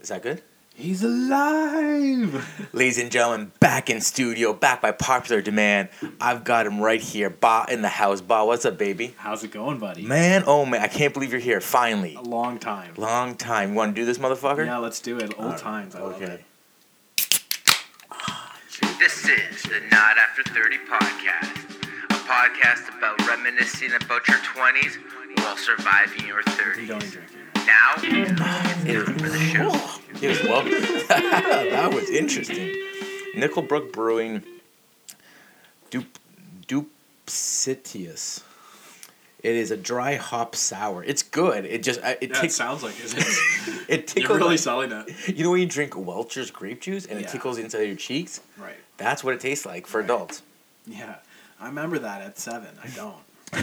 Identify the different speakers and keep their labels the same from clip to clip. Speaker 1: Is that good?
Speaker 2: He's alive.
Speaker 1: Ladies and gentlemen, back in studio, back by popular demand. I've got him right here, Ba in the house. Ba, what's up, baby?
Speaker 2: How's it going, buddy?
Speaker 1: Man, oh man, I can't believe you're here. Finally,
Speaker 2: A long time.
Speaker 1: long time. You want to do this, motherfucker?
Speaker 2: Yeah, let's do it. Old times. I love it.
Speaker 3: This is the Not After 30 podcast, a podcast about reminiscing about your 20s while surviving your
Speaker 2: You
Speaker 3: 30s.
Speaker 2: don't even drink it.
Speaker 3: Now, it's time for the show.
Speaker 1: Yes, well, that was interesting. Nickelbrook Brewing, Dup, Dupsitius. It is a dry hop sour. It's good. It just I- it
Speaker 2: Yeah, it
Speaker 1: tickles.
Speaker 2: sounds like it.
Speaker 1: It
Speaker 2: You're
Speaker 1: tickles.
Speaker 2: really selling it.
Speaker 1: you know when you drink Welch's grape juice and it
Speaker 2: Yeah.
Speaker 1: tickles inside your cheeks?
Speaker 2: Right.
Speaker 1: That's what it tastes like for
Speaker 2: Right.
Speaker 1: adults.
Speaker 2: Yeah. I remember that at seven. I don't.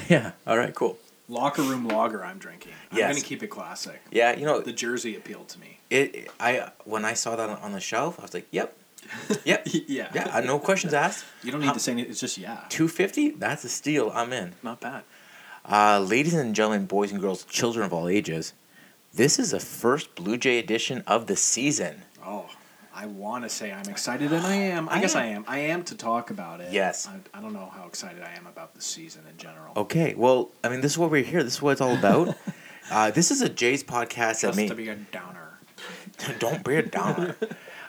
Speaker 1: Yeah. All right. Cool.
Speaker 2: Locker room lager. I'm drinking. I'm
Speaker 1: Yes.
Speaker 2: gonna keep it classic.
Speaker 1: Yeah. You know,
Speaker 2: The jersey appealed to me.
Speaker 1: it. I when I saw that on, on the shelf, I was like, "Yep, yep,
Speaker 2: Yeah.
Speaker 1: yeah." uh, No questions asked.
Speaker 2: You don't need to say anything. It's just yeah.
Speaker 1: Two fifty. That's a steal. I'm in.
Speaker 2: Not bad.
Speaker 1: Uh, ladies and gentlemen, boys and girls, children of all ages, this is the first Blue Jay edition of the season.
Speaker 2: Oh, I want to say I'm excited, and I am. I,
Speaker 1: I
Speaker 2: guess
Speaker 1: am.
Speaker 2: I am. I am to talk about it.
Speaker 1: Yes.
Speaker 2: I, I don't know how excited I am about the season in general.
Speaker 1: Okay, well, I mean, this is what we're here. This is what it's all about. uh, this is a Jay's podcast that
Speaker 2: That's
Speaker 1: may
Speaker 2: to be a downer.
Speaker 1: don't bear down.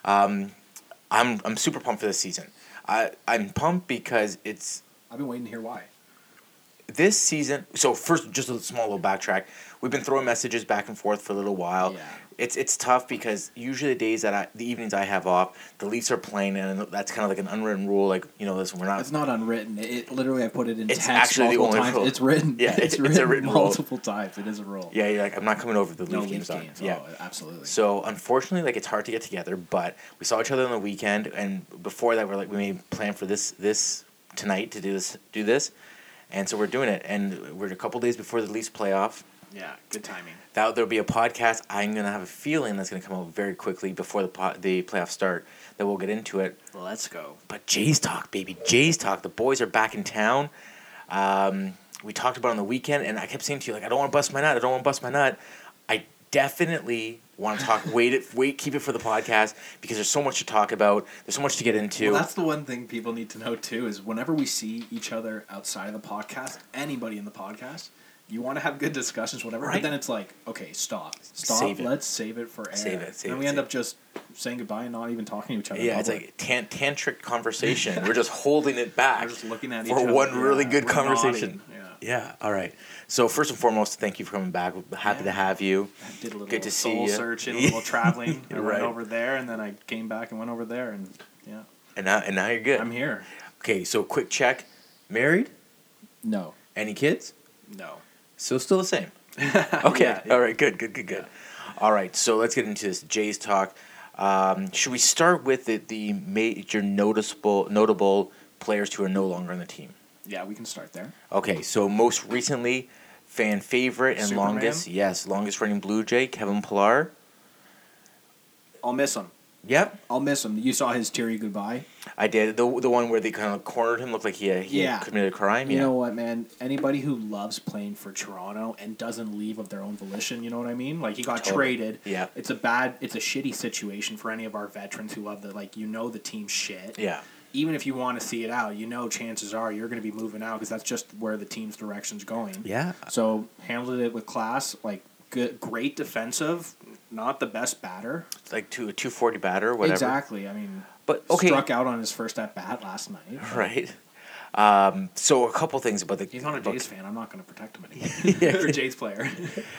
Speaker 1: um, I'm I'm super pumped for this season. I I'm pumped because it's
Speaker 2: I've been waiting to hear why.
Speaker 1: this season. So first, just a small little backtrack. We've been throwing messages back and forth for a little while.
Speaker 2: Yeah.
Speaker 1: It's it's tough because usually the days that I, the evenings I have off, the Leafs are playing, and that's kind of like an unwritten rule. Like you know, listen, we're not.
Speaker 2: It's not unwritten. It, it literally, I put it in
Speaker 1: It's
Speaker 2: text
Speaker 1: actually the
Speaker 2: multiple
Speaker 1: only
Speaker 2: times.
Speaker 1: rule.
Speaker 2: It's written.
Speaker 1: Yeah,
Speaker 2: it's,
Speaker 1: it's a
Speaker 2: written,
Speaker 1: written rule.
Speaker 2: multiple times. It is a rule.
Speaker 1: yeah, you're like I'm not coming over to the
Speaker 2: no
Speaker 1: Leaf
Speaker 2: league
Speaker 1: games. on-
Speaker 2: games.
Speaker 1: Yeah.
Speaker 2: Oh, absolutely.
Speaker 1: So unfortunately, like it's hard to get together. But we saw each other on the weekend, and before that, we're like we made a plan for this this tonight to do this do this, and so we're doing it. And we're a couple days before the Leafs playoff.
Speaker 2: yeah, good timing.
Speaker 1: That there'll be a podcast. I'm gonna have a feeling that's gonna come out very quickly before the po- the playoffs start. That we'll get into it.
Speaker 2: Let's go.
Speaker 1: But Jays talk, baby, Jays talk. The boys are back in town. Um, we talked about it on the weekend, and I kept saying to you like, I don't want to bust my nut. I don't want to bust my nut. I definitely want to talk. wait it. Wait. Keep it for the podcast because there's so much to talk about. There's so much to get into.
Speaker 2: Well, that's the one thing people need to know too is whenever we see each other outside of the podcast, anybody in the podcast, you want to have good discussions, whatever.
Speaker 1: Right.
Speaker 2: But then it's like, okay, stop, stop.
Speaker 1: Save it.
Speaker 2: let's save it for air.
Speaker 1: Save it, save
Speaker 2: and
Speaker 1: it,
Speaker 2: we end
Speaker 1: save
Speaker 2: up just saying goodbye and not even talking to each other. in
Speaker 1: yeah, it's
Speaker 2: public.
Speaker 1: like tan- tantric conversation. We're just holding it back.
Speaker 2: we're just looking at
Speaker 1: for
Speaker 2: each other
Speaker 1: one
Speaker 2: yeah,
Speaker 1: really good
Speaker 2: we're
Speaker 1: conversation.
Speaker 2: nodding, Yeah.
Speaker 1: Yeah. All right. So first and foremost, thank you for coming back. We're happy to
Speaker 2: Yeah.
Speaker 1: have you.
Speaker 2: Did a little
Speaker 1: Good to see
Speaker 2: soul
Speaker 1: ya.
Speaker 2: searching, a little traveling. I
Speaker 1: Right.
Speaker 2: went over there, and then I came back and went over there, and yeah,
Speaker 1: And now, and now you're good.
Speaker 2: I'm here.
Speaker 1: Okay. So quick check. Married?
Speaker 2: No,
Speaker 1: Any kids?
Speaker 2: no.
Speaker 1: So still the same. Okay.
Speaker 2: Yeah.
Speaker 1: All right. Good. Good. Good. Good. All right. So let's get into this Jays talk. Um, should we start with the, the major noticeable notable players who are no longer on the team?
Speaker 2: Yeah, we can start there.
Speaker 1: Okay. So most recently, fan favorite and
Speaker 2: Superman?
Speaker 1: longest yes longest running Blue Jay Kevin Pillar.
Speaker 2: I'll miss him.
Speaker 1: Yep,
Speaker 2: I'll miss him. You saw his teary goodbye.
Speaker 1: I did the the one where they kind of cornered him looked like he had, he had
Speaker 2: Yeah.
Speaker 1: committed a crime.
Speaker 2: You
Speaker 1: yeah.
Speaker 2: know what, man? Anybody who loves playing for Toronto and doesn't leave of their own volition, you know what I mean? Like he got
Speaker 1: Totally.
Speaker 2: traded.
Speaker 1: Yeah.
Speaker 2: It's a bad it's a shitty situation for any of our veterans who love the like you know the team shit.
Speaker 1: yeah.
Speaker 2: Even if you want to see it out, you know chances are you're going to be moving out because that's just where the team's direction's going.
Speaker 1: Yeah.
Speaker 2: So handled it with class, like good, great defensive, not the best batter.
Speaker 1: Like two two forty batter whatever.
Speaker 2: Exactly. I mean,
Speaker 1: But okay.
Speaker 2: struck out on his first at bat last night.
Speaker 1: Right. Um, so a couple things about the
Speaker 2: He's not a
Speaker 1: about-
Speaker 2: Jays fan. I'm not going to protect him anymore. or Jays player.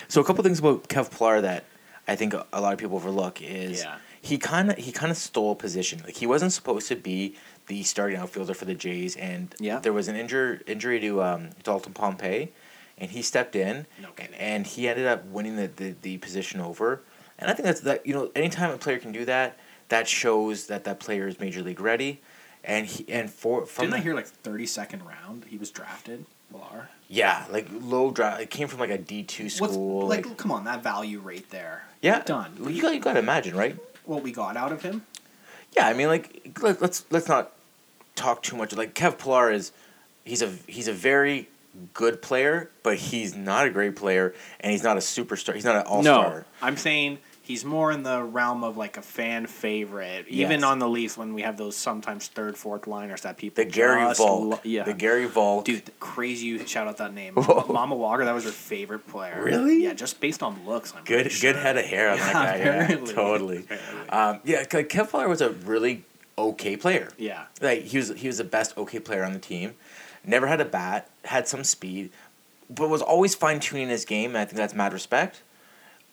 Speaker 1: So a couple things about Kev Pillar that I think a a lot of people overlook is
Speaker 2: Yeah.
Speaker 1: he kind of he kind of stole a position. Like he wasn't supposed to be the starting outfielder for the Jays, and
Speaker 2: Yeah.
Speaker 1: there was an injur- injury to um, Dalton Pompey, and he stepped in,
Speaker 2: No kidding.
Speaker 1: and he ended up winning the, the, the position over. And I think that's that you know anytime a player can do that, that shows that that player is major league ready. And he and for from
Speaker 2: Didn't I
Speaker 1: the-
Speaker 2: hear like 32nd round he was drafted? Villar.
Speaker 1: yeah like low draft it came from like a D two
Speaker 2: What's,
Speaker 1: school
Speaker 2: like, come on, that value rate there.
Speaker 1: yeah
Speaker 2: Done.
Speaker 1: you got you got to imagine right
Speaker 2: What we got out of him?
Speaker 1: Yeah, I mean, like let, let's let's not talk too much. Like Kev Pillar is, he's a he's a very good player, but he's not a great player, and he's not a superstar. He's not an all star.
Speaker 2: I'm saying he's more in the realm of like a fan favorite. Even
Speaker 1: Yes.
Speaker 2: on the Leafs, when we have those sometimes third, fourth liners that people
Speaker 1: The Gary
Speaker 2: just
Speaker 1: Volk.
Speaker 2: lo- yeah,
Speaker 1: The Gary Volk.
Speaker 2: dude, the crazy you shout out that name,
Speaker 1: Whoa.
Speaker 2: Mama Walker. That was her favorite player.
Speaker 1: Really?
Speaker 2: Yeah, just based on looks. I'm
Speaker 1: Good,
Speaker 2: pretty sure.
Speaker 1: good head of hair on that guy.
Speaker 2: apparently.
Speaker 1: Yeah, totally.
Speaker 2: Apparently.
Speaker 1: Um, yeah, Ke- Kev Pillar was a really okay player.
Speaker 2: Yeah.
Speaker 1: Like he was, he was the best okay player on the team. Never had a bat, had some speed, but was always fine tuning his game. And I think that's mad respect.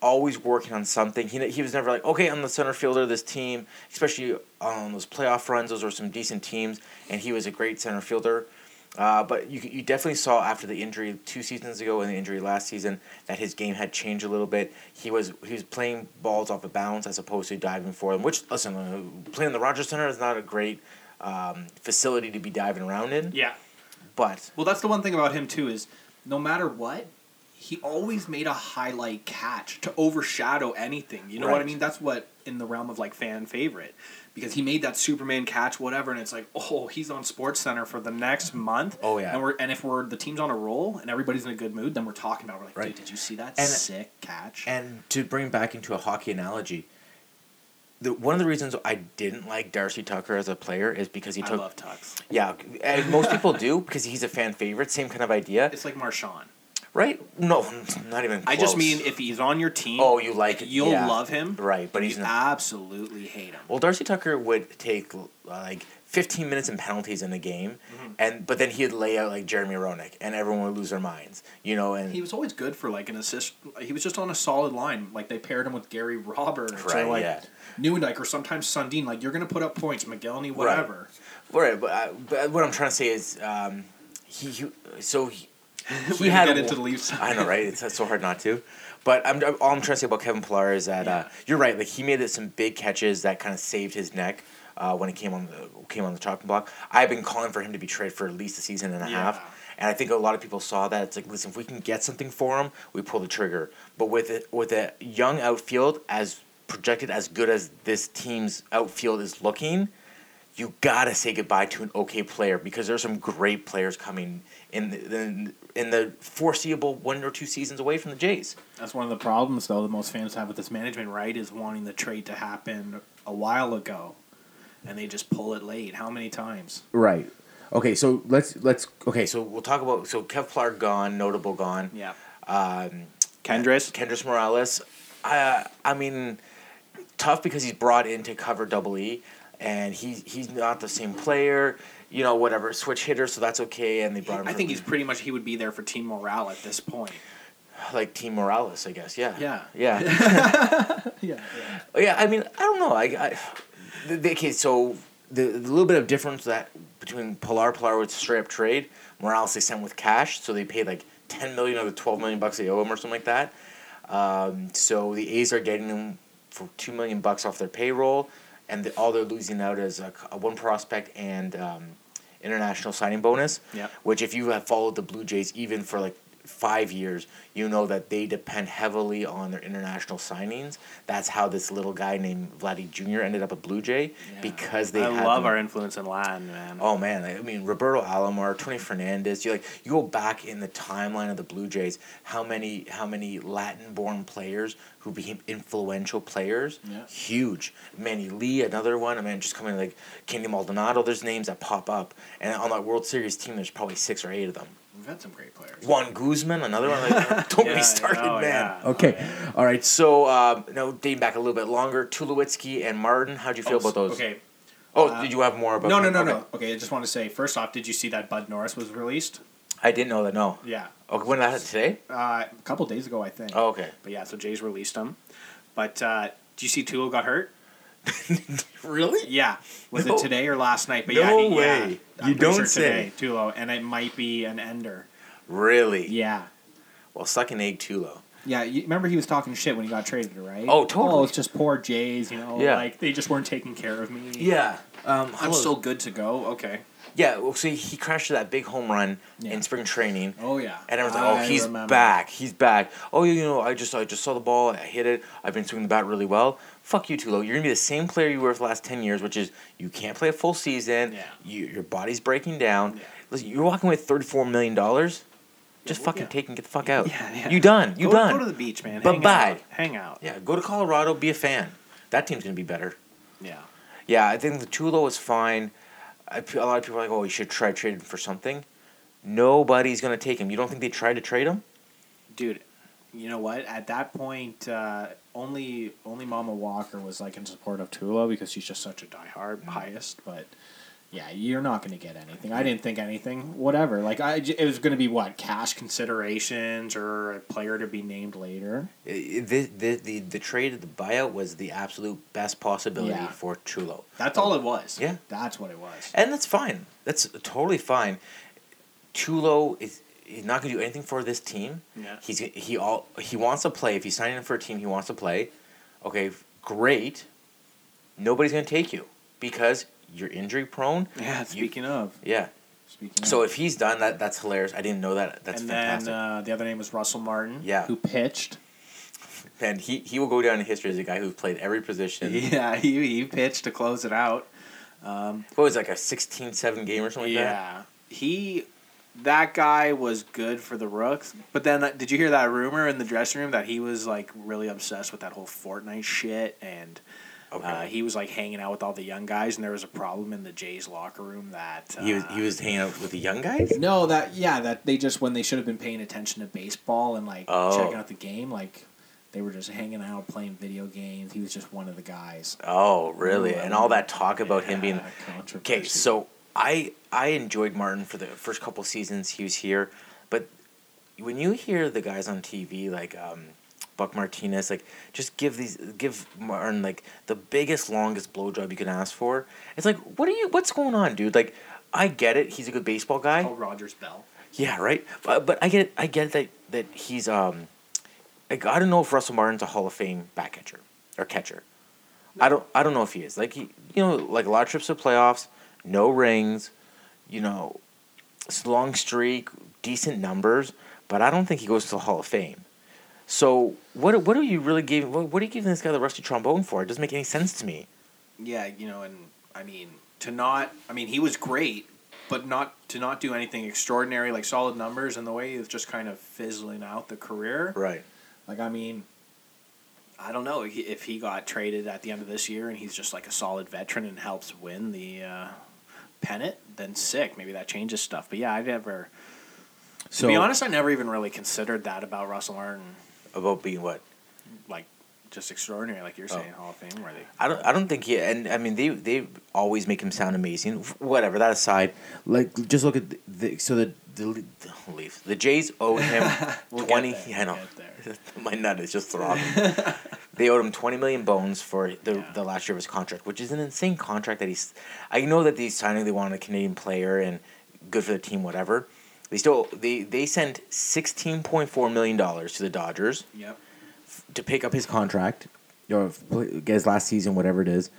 Speaker 1: Always working on something. He, he was never like, okay, I'm the center fielder of this team, especially on those playoff runs. Those were some decent teams, and he was a great center fielder. Uh, but you, you definitely saw after the injury two seasons ago and the injury last season that his game had changed a little bit. He was he was playing balls off of bounds as opposed to diving for them. Which listen, uh, playing the Rogers Center is not a great um, facility to be diving around in.
Speaker 2: Yeah.
Speaker 1: But
Speaker 2: Well, that's the one thing about him too is no matter what, he always made a highlight catch to overshadow anything. You know what I
Speaker 1: Right.
Speaker 2: mean? That's what in the realm of like fan favorite because he made that Superman catch whatever and it's like, "Oh, he's on Sports Center for the next month."
Speaker 1: Oh, yeah.
Speaker 2: And we're and if we're the team's on a roll and everybody's in a good mood, then we're talking about it. we're like,
Speaker 1: Right.
Speaker 2: "Dude, did you see that
Speaker 1: And-
Speaker 2: sick catch?"
Speaker 1: And to bring back into a hockey analogy, the one of the reasons I didn't like Darcy Tucker as a player is because he
Speaker 2: I
Speaker 1: took
Speaker 2: love Tux.
Speaker 1: yeah, and most people do because he's a fan favorite, same kind of idea,
Speaker 2: It's like Marshawn.
Speaker 1: right? No, not even.
Speaker 2: I just
Speaker 1: close.
Speaker 2: mean if he's on your team,
Speaker 1: Oh, you like it,
Speaker 2: you'll
Speaker 1: yeah.
Speaker 2: love him.
Speaker 1: Right, but he's
Speaker 2: you
Speaker 1: not-
Speaker 2: absolutely hate him.
Speaker 1: Well, Darcy Tucker would take l- like 15 minutes in penalties in a game,
Speaker 2: Mm-hmm.
Speaker 1: and but then he'd lay out like Jeremy Roenick, and everyone would lose their minds, you know. And
Speaker 2: He was always good for like an assist. He was just on a solid line. Like they paired him with Gary Robert or
Speaker 1: Right,
Speaker 2: like
Speaker 1: yeah.
Speaker 2: Newendike or sometimes Sundin. Like you're gonna put up points, McGillney, whatever.
Speaker 1: right, but, I, but what I'm trying to say is, um, he, he so he,
Speaker 2: We
Speaker 1: he had
Speaker 2: get
Speaker 1: a-
Speaker 2: into the Leafs.
Speaker 1: I know, right? It's, it's so hard not to. But I'm, I'm- all I'm trying to say about Kevin Pillar is that uh,
Speaker 2: Yeah.
Speaker 1: you're right. Like he made it some big catches that kind of saved his neck uh, when he came on the came on the chopping block. I've been calling for him to be traded for at least a season and a
Speaker 2: Yeah.
Speaker 1: half, and I think a lot of people saw that. It's like, listen, if we can get something for him, we pull the trigger. But with it, with a young outfield as projected as good as this team's outfield is looking, you gotta say goodbye to an okay player because there's some great players coming in the in, in the foreseeable one or two seasons away from the Jays.
Speaker 2: That's one of the problems though that most fans have with this management, right? Is wanting the trade to happen a while ago, and they just pull it late. How many times?
Speaker 1: Right. Okay. So let's let's okay. So we'll talk about so Kev Plar gone, notable gone.
Speaker 2: Yeah.
Speaker 1: Um,
Speaker 2: Kendris.
Speaker 1: Kendris Morales. I I mean, tough because he's brought in to cover Double E, and he he's not the same player. You know, whatever switch hitter, so that's okay. And they brought him.
Speaker 2: I
Speaker 1: from,
Speaker 2: think he's pretty much he would be there for team morale at this point.
Speaker 1: like Team Morales, I guess. Yeah.
Speaker 2: Yeah.
Speaker 1: Yeah. Oh,
Speaker 2: Yeah.
Speaker 1: Yeah, I mean, I don't know. I, I the, the, okay, so the, the little bit of difference that between Pilar Pilar with straight up trade, Morales they sent with cash, so they paid like ten million of the twelve million bucks they owe him or something like that. Um, so the A's are getting him for two million bucks off their payroll, and the, all they're losing out is a, c- a one prospect and um, international signing bonus.
Speaker 2: Yep.
Speaker 1: Which, if you have followed the Blue Jays even for like five years, you know that they depend heavily on their international signings. That's how this little guy named Vladdy Jr. ended up a Blue Jay because they
Speaker 2: I
Speaker 1: had
Speaker 2: love
Speaker 1: them-
Speaker 2: our influence in Latin, man.
Speaker 1: Oh man, like, I mean Roberto Alomar, Tony Fernandez. You like you go back in the timeline of the Blue Jays. How many how many Latin-born players who became influential players?
Speaker 2: Yeah.
Speaker 1: Huge. Manny Lee, another one. I mean, just coming like Kenny Maldonado. There's names that pop up, and on that World Series team, there's probably six or eight of them.
Speaker 2: We've had some great players.
Speaker 1: Juan Guzman, another one. Like, don't
Speaker 2: Yeah,
Speaker 1: be started,
Speaker 2: oh,
Speaker 1: man.
Speaker 2: yeah.
Speaker 1: Okay, all right. So um, now dating back a little bit longer, Tulowitzki and Martin. How'd you feel about those?
Speaker 2: Okay.
Speaker 1: Oh,
Speaker 2: uh,
Speaker 1: did you have more about?
Speaker 2: No, no,
Speaker 1: them?
Speaker 2: no,
Speaker 1: Okay.
Speaker 2: no. Okay, I just want to say first off, did you see that Bud Norris was released?
Speaker 1: I didn't know that. No.
Speaker 2: Yeah,
Speaker 1: Okay, Oh, when that today?
Speaker 2: uh, a couple days ago, I think.
Speaker 1: Oh, okay.
Speaker 2: But yeah, so Jay's released him. But uh, did you see Tulo got hurt?
Speaker 1: Really?
Speaker 2: Yeah, was
Speaker 1: No.
Speaker 2: it today or last night? But
Speaker 1: No
Speaker 2: yeah, he- yeah,
Speaker 1: way.
Speaker 2: I'm
Speaker 1: You
Speaker 2: pretty
Speaker 1: don't
Speaker 2: today, Tulo, and it might be an ender.
Speaker 1: Really?
Speaker 2: Yeah.
Speaker 1: Well, suck an egg too low.
Speaker 2: Yeah, you remember he was talking shit when he got traded, right?
Speaker 1: Oh, totally.
Speaker 2: Oh, it's just poor Jays, you know,
Speaker 1: Yeah.
Speaker 2: like they just weren't taking care of me.
Speaker 1: Yeah. Um,
Speaker 2: I'm so good to go. Okay.
Speaker 1: Yeah. Well, see, he crashed that big home run
Speaker 2: Yeah.
Speaker 1: in spring training.
Speaker 2: Oh yeah.
Speaker 1: And everyone's like, "Oh,
Speaker 2: I
Speaker 1: he's
Speaker 2: remember.
Speaker 1: back! He's back! Oh, you know, I just, I just saw the ball. I hit it. I've been swinging the bat really well. Fuck you, Tulo. You're gonna be the same player you were for the last ten years, which is you can't play a full season.
Speaker 2: Yeah.
Speaker 1: You, your body's breaking down.
Speaker 2: Yeah.
Speaker 1: Listen, you're walking with thirty-four million dollars. Just
Speaker 2: well,
Speaker 1: fucking
Speaker 2: yeah.
Speaker 1: take and get the fuck out.
Speaker 2: Yeah, yeah.
Speaker 1: You done. You
Speaker 2: go,
Speaker 1: done.
Speaker 2: Go to the beach, man.
Speaker 1: But
Speaker 2: Hang
Speaker 1: bye.
Speaker 2: out. Hang out.
Speaker 1: yeah, go to Colorado. Be a fan. That team's gonna be better.
Speaker 2: Yeah.
Speaker 1: Yeah, I think the Tulo is fine. I, pe- a lot of people are like, oh, you should try trading for something. Nobody's gonna take him. You don't think they tried to trade him?
Speaker 2: Dude, you know what? At that point, uh, only only Mama Walker was like in support of Tula because she's just such a diehard biased. But yeah, you're not going to get anything. I didn't think anything. Whatever. Like I, j- it was going to be what cash considerations or a player to be named later.
Speaker 1: I- I- The, the, the, the trade, the buyout was the absolute best possibility
Speaker 2: Yeah.
Speaker 1: for Tulo.
Speaker 2: That's all it was.
Speaker 1: Yeah.
Speaker 2: that's what it was.
Speaker 1: And that's fine. That's totally fine. Tulo is he's not gonna do anything for this team.
Speaker 2: Yeah.
Speaker 1: He's he all he wants to play. If he's signing up for a team, he wants to play. Okay, f- great. Nobody's gonna take you because you're injury prone.
Speaker 2: Yeah.
Speaker 1: You-
Speaker 2: Speaking of,
Speaker 1: yeah.
Speaker 2: speaking. Of.
Speaker 1: So if he's done that, that's hilarious. I didn't know that. That's
Speaker 2: and
Speaker 1: fantastic.
Speaker 2: then uh, the other name was Russell Martin.
Speaker 1: Yeah.
Speaker 2: who pitched.
Speaker 1: and he he will go down in history as a guy who's played every position.
Speaker 2: Yeah, he, he pitched to close it out.
Speaker 1: What was it, like a 16-7 game or something like that?
Speaker 2: yeah, he that guy was good for the Rooks. But then, uh, did you hear that rumor in the dressing room that he was like really obsessed with that whole Fortnite shit and.
Speaker 1: Okay.
Speaker 2: Uh, he was like hanging out with all the young guys, and there was a problem in the Jays locker room that uh,
Speaker 1: he was he was hanging out with the young guys.
Speaker 2: No, that yeah, that they just when they should have been paying attention to baseball and like
Speaker 1: Oh.
Speaker 2: checking out the game, like they were just hanging out playing video games. He was just one of the guys.
Speaker 1: Oh, really?
Speaker 2: Ooh, I
Speaker 1: and all
Speaker 2: love
Speaker 1: that talk about him being
Speaker 2: Yeah, controversy.
Speaker 1: Okay, so I I enjoyed Martin for the first couple seasons he was here, but when you hear the guys on TV like um, Buck Martinez, like just give these give Martin like the biggest longest blowjob you can ask for. It's like what are you? What's going on, dude? Like I get it. He's a good baseball guy.
Speaker 2: oh, Rogers Bell.
Speaker 1: Yeah, right. But, but I get I get that that he's um, like I don't know if Russell Martin's a Hall of Fame back catcher or catcher. I don't I don't know if he is. Like he, you know, like a lot of trips to playoffs, no rings, you know, s- long streak, decent numbers, but I don't think he goes to the Hall of Fame. So what what are you really giving? What, what are you giving this guy the rusty trombone for? It doesn't make any sense to me.
Speaker 2: Yeah, you know, and I mean to not. I mean, he was great, but not to not do anything extraordinary, like solid numbers, and the way it's just kind of fizzling out the career.
Speaker 1: Right.
Speaker 2: Like, I mean, I don't know if he- if he got traded at the end of this year and he's just like a solid veteran and helps win the uh, pennant, then sick. Maybe that changes stuff. But yeah, I've never.
Speaker 1: So
Speaker 2: to be honest, I never even really considered that about Russell Martin,
Speaker 1: about being what
Speaker 2: like just extraordinary, like
Speaker 1: Oh.
Speaker 2: you're saying, Hall of Fame worthy.
Speaker 1: I don't. I don't think he. And I mean, they they always make him sound amazing. Whatever that aside, like just look at the, the so the the, Le- the Leafs, the Jays owed him
Speaker 2: We'll get
Speaker 1: twenty.
Speaker 2: there,
Speaker 1: Yeah, I know.
Speaker 2: we'll get
Speaker 1: My nut is just throbbing. they owed him twenty million bones for the
Speaker 2: Yeah.
Speaker 1: the last year of his contract, which is an insane contract that he's. I know that these signing they wanted a Canadian player and good for the team, whatever. They still they they sent sixteen point four million dollars to the Dodgers
Speaker 2: Yep.
Speaker 1: to pick up his contract or f- play- his last season, whatever it is,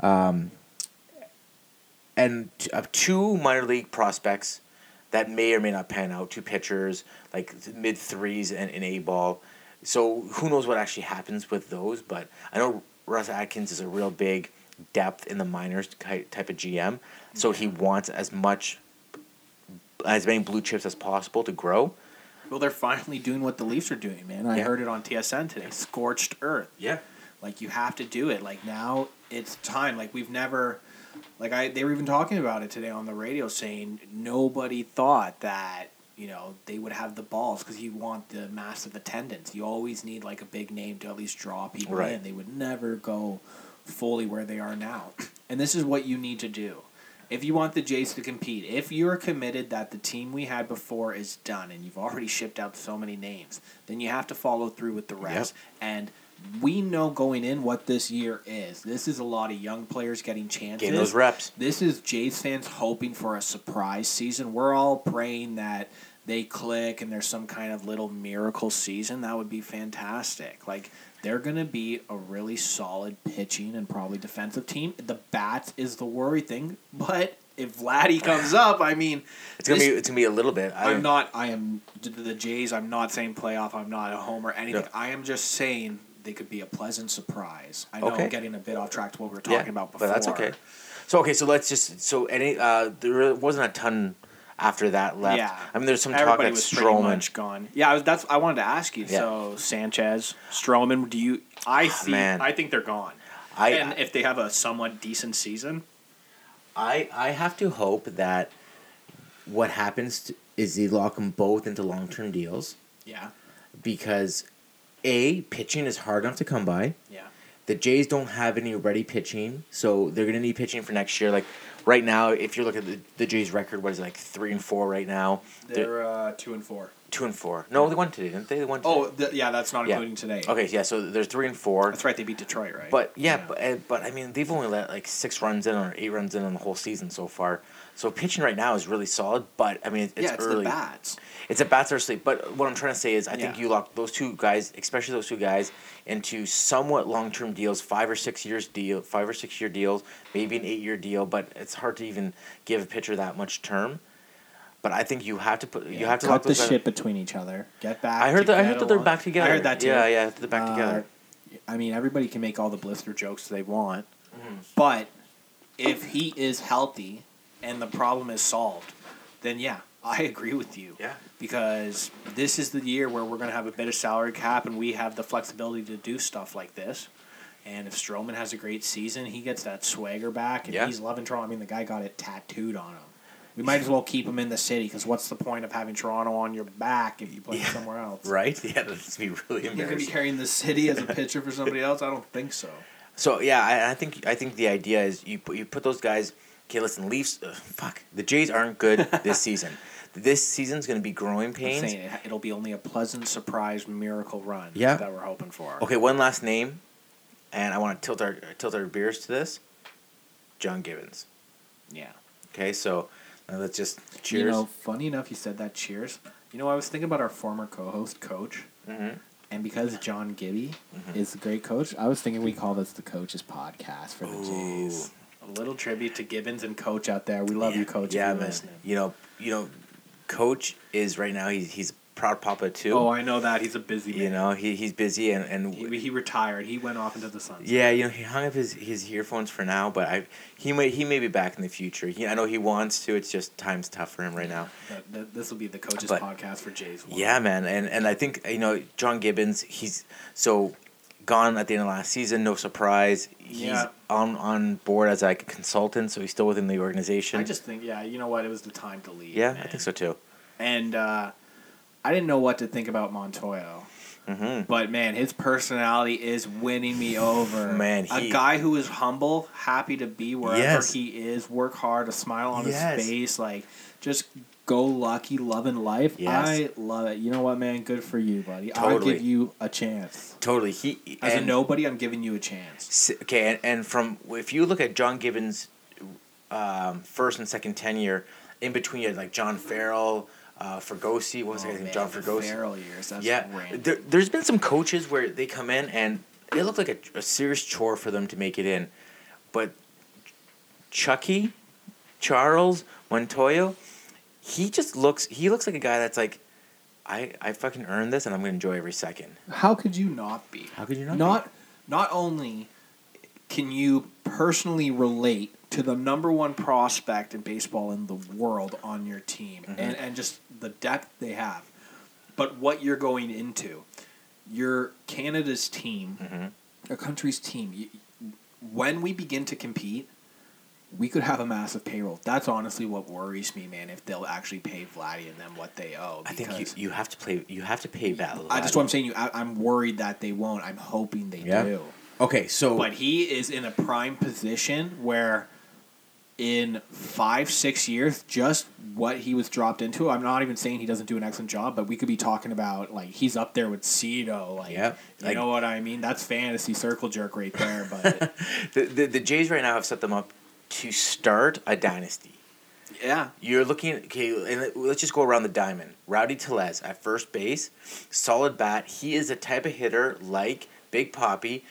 Speaker 1: um, and t- uh, two minor league prospects that may or may not pan out, two pitchers like th- mid threes and an A ball. So who knows what actually happens with those? But I know Russ Atkins is a real big depth in the minors ki- type of GM, so he wants as much as many blue chips as possible to grow.
Speaker 2: Well, they're finally doing what the Leafs are doing, man. I
Speaker 1: Yeah.
Speaker 2: heard it on TSN today. Scorched earth.
Speaker 1: Yeah.
Speaker 2: Like you have to do it. Like now it's time. Like we've never like I they were even talking about it today on the radio saying nobody thought that, you know, they would have the balls cuz you want the massive attendance. You always need like a big name to at least draw people
Speaker 1: Right.
Speaker 2: in. They would never go fully where they are now. And this is what you need to do. If you want the Jays to compete, if you're committed that the team we had before is done and you've already shipped out so many names, then you have to follow through with the rest. And we know going in what this year is. This is a lot of young players getting chances.
Speaker 1: Getting those reps.
Speaker 2: This is Jays fans hoping for a surprise season. We're all praying that they click and there's some kind of little miracle season. That would be fantastic. Like they're gonna be a really solid pitching and probably defensive team. The bats is the worry thing, but if Vladdy comes up, I mean,
Speaker 1: It's gonna
Speaker 2: this-
Speaker 1: be it's gonna be a little bit. I,
Speaker 2: I'm not. I am the- the Jays. I'm not saying playoff. I'm not a homer. Anything.
Speaker 1: Yeah.
Speaker 2: I am just saying they could be a pleasant surprise. I know
Speaker 1: Okay.
Speaker 2: I'm getting a bit off track to what we were talking about before.
Speaker 1: But that's okay. So okay, so let's just so any uh there really wasn't a ton after that left.
Speaker 2: Yeah.
Speaker 1: I mean, there's some talk
Speaker 2: Everybody
Speaker 1: that
Speaker 2: was pretty
Speaker 1: Strowman.
Speaker 2: much gone. Yeah, I was, that's I wanted to ask you.
Speaker 1: Yeah. Ah,
Speaker 2: So Sanchez, Strowman, do you? I see.
Speaker 1: man.
Speaker 2: I think they're gone.
Speaker 1: I,
Speaker 2: and if they have a somewhat decent season,
Speaker 1: I I have to hope that what happens to, is they lock them both into long term deals
Speaker 2: yeah,
Speaker 1: because a pitching is hard enough to come by.
Speaker 2: yeah,
Speaker 1: The Jays don't have any ready pitching, so they're gonna need pitching for next year. Like right now, if you look at the, the Jays' record, what is it like three and four right now? They're,
Speaker 2: they're uh, two and four.
Speaker 1: two and four. No, they won today, didn't they? They won. Today.
Speaker 2: Oh, th- yeah, that's not
Speaker 1: Yeah.
Speaker 2: including today.
Speaker 1: okay, yeah. So they're three and four.
Speaker 2: that's right. They beat Detroit, right?
Speaker 1: But yeah,
Speaker 2: Yeah.
Speaker 1: But, uh, but I mean, they've only let like six runs in or eight runs in on the whole season so far. So pitching right now is really solid, but I mean, it's,
Speaker 2: yeah, it's
Speaker 1: early.
Speaker 2: the bats.
Speaker 1: It's a bats are sleep. But what I'm trying to say is, I think
Speaker 2: Yeah.
Speaker 1: you lock those two guys, especially those two guys, into somewhat long term deals, five or six years deal, five or six year deals, maybe an eight year deal. But it's hard to even give a pitcher that much term. But I think you have to put you have to
Speaker 2: cut
Speaker 1: lock
Speaker 2: the
Speaker 1: those guys-
Speaker 2: shit between each other. Get back.
Speaker 1: I heard that. I heard
Speaker 2: together.
Speaker 1: that they're back together.
Speaker 2: I heard that too.
Speaker 1: Yeah, yeah, they're back
Speaker 2: Uh,
Speaker 1: together.
Speaker 2: I mean, everybody can make all the blister jokes they want,
Speaker 1: Mm-hmm.
Speaker 2: but if he is healthy and the problem is solved, then yeah, I agree with you.
Speaker 1: Yeah.
Speaker 2: Because this is the year where we're going to have a bit of salary cap and we have the flexibility to do stuff like this. And if Strowman has a great season, he gets that swagger back and
Speaker 1: Yeah.
Speaker 2: he's loving Toronto. I mean, the guy got it tattooed on him. We might as well keep him in the city because what's the point of having Toronto on your back if you play
Speaker 1: Yeah.
Speaker 2: somewhere else?
Speaker 1: Right? Yeah, that'd be really
Speaker 2: You're gonna be
Speaker 1: embarrassing.
Speaker 2: carrying the city as a pitcher for somebody else? I don't think so.
Speaker 1: So yeah, I, I think I think the idea is you put you put those guys. Okay, listen, Leafs. Uh, fuck, the Jays aren't good this season. This season's gonna be growing
Speaker 2: I'm
Speaker 1: pains.
Speaker 2: saying it- it'll be only a pleasant surprise miracle run
Speaker 1: Yeah.
Speaker 2: that we're hoping for.
Speaker 1: Okay, one last name, and I want to tilt our tilt our beers to this. John Gibbons.
Speaker 2: Yeah.
Speaker 1: Okay, so uh, let's just cheers.
Speaker 2: You know, funny enough, you said that. Cheers. You know, I was thinking about our former co-host, Coach,
Speaker 1: Mhm.
Speaker 2: and because John Gibby
Speaker 1: Mm-hmm.
Speaker 2: is a great coach, I was thinking we call this the Coach's Podcast for the Jays. A little tribute to Gibbons and Coach out there. We love you, Coach.
Speaker 1: Yeah,
Speaker 2: if you're
Speaker 1: man.
Speaker 2: listening.
Speaker 1: You know, you know, Coach is right now. He's he's proud papa too.
Speaker 2: Oh, I know that he's a busy man.
Speaker 1: you know, he he's busy and and
Speaker 2: he, he retired. He went off into the sunset.
Speaker 1: Yeah, you know, he hung up his, his earphones for now, but I he may he may be back in the future. He, I know he wants to. It's just time's tough for him right now.
Speaker 2: That- that- This will be the Coach's
Speaker 1: But-
Speaker 2: Podcast for Jays.
Speaker 1: Yeah, man, and and I think you know John Gibbons. He's so gone at the end of last season. No surprise. He's
Speaker 2: Yeah.
Speaker 1: on on board as like a consultant, so he's still within the organization.
Speaker 2: I just think, yeah, you know what? It was the time to leave.
Speaker 1: yeah, I
Speaker 2: man.
Speaker 1: think so too.
Speaker 2: And uh, I didn't know what to think about Montoya.
Speaker 1: hmm
Speaker 2: But man, his personality is winning me over.
Speaker 1: Man,
Speaker 2: a
Speaker 1: he-
Speaker 2: guy who is humble, happy to be wherever
Speaker 1: Yes.
Speaker 2: he is, work hard, a smile on
Speaker 1: Yes.
Speaker 2: his face, like just go lucky, loving life.
Speaker 1: Yes.
Speaker 2: I love it. You know what, man? Good for you, buddy. I'll
Speaker 1: Totally.
Speaker 2: give you a chance.
Speaker 1: Totally. He
Speaker 2: As
Speaker 1: and-
Speaker 2: a nobody, I'm giving you a chance.
Speaker 1: S- Okay, and, and from if you look at John Gibbons' um, first and second tenure, in between you had like John Farrell, uh, Fergosi. What was
Speaker 2: Oh,
Speaker 1: his name?
Speaker 2: man,
Speaker 1: John
Speaker 2: the
Speaker 1: Fergosi.
Speaker 2: Farrell years. That's
Speaker 1: Yeah,
Speaker 2: random.
Speaker 1: there, there's been some coaches where they come in and it looked like a, a serious chore for them to make it in, but Chucky, Charles Montoya, he just looks he looks like a guy that's like, I I fucking earned this and I'm gonna enjoy every second.
Speaker 2: How could you not be?
Speaker 1: How could you not? be?
Speaker 2: not not only can you personally relate to the number one prospect in baseball in the world on your team
Speaker 1: Mm-hmm.
Speaker 2: and, and just the depth they have but what you're going into your canada's team
Speaker 1: Mm-hmm.
Speaker 2: a country's team you, when we begin to compete we could have a massive payroll that's honestly what worries me man if they'll actually pay vladdy and them what they owe
Speaker 1: I think you,
Speaker 2: because-
Speaker 1: you have to play. You have to pay that.
Speaker 2: I just what I'm saying you I, I'm worried that they won't. I'm hoping they
Speaker 1: Yeah.
Speaker 2: do.
Speaker 1: Okay, so
Speaker 2: But he is in a prime position where in five, six years, just what he was dropped into, I'm not even saying he doesn't do an excellent job, but we could be talking about like he's up there with Cito. Like
Speaker 1: Yeah,
Speaker 2: you
Speaker 1: like-
Speaker 2: know what I mean? That's fantasy circle jerk right there, but
Speaker 1: the, the the Jays right now have set them up to start a dynasty.
Speaker 2: yeah.
Speaker 1: You're looking okay, and let- let's just go around the diamond. Rowdy Telez at first base, solid bat. He is a type of hitter like Big Poppy,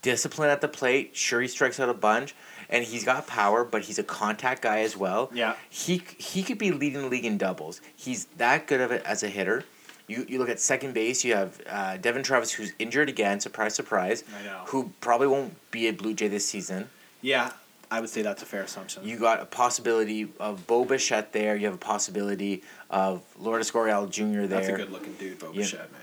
Speaker 1: discipline at the plate. Sure, he strikes out a bunch, and he's got power, but he's a contact guy as well.
Speaker 2: Yeah.
Speaker 1: he c- he could be leading the league in doubles. He's that good of it as a hitter. You, you look at second base. You have uh, Devin Travis, who's injured again. Surprise, surprise.
Speaker 2: I know.
Speaker 1: Who probably won't be a Blue Jay this season.
Speaker 2: Yeah. I would say that's a fair assumption.
Speaker 1: You got a possibility of Bo Bichette there. You have a possibility of Lourdes Gorial Jr. there.
Speaker 2: that's a good looking dude, Boba
Speaker 1: Yeah.
Speaker 2: Shett, man.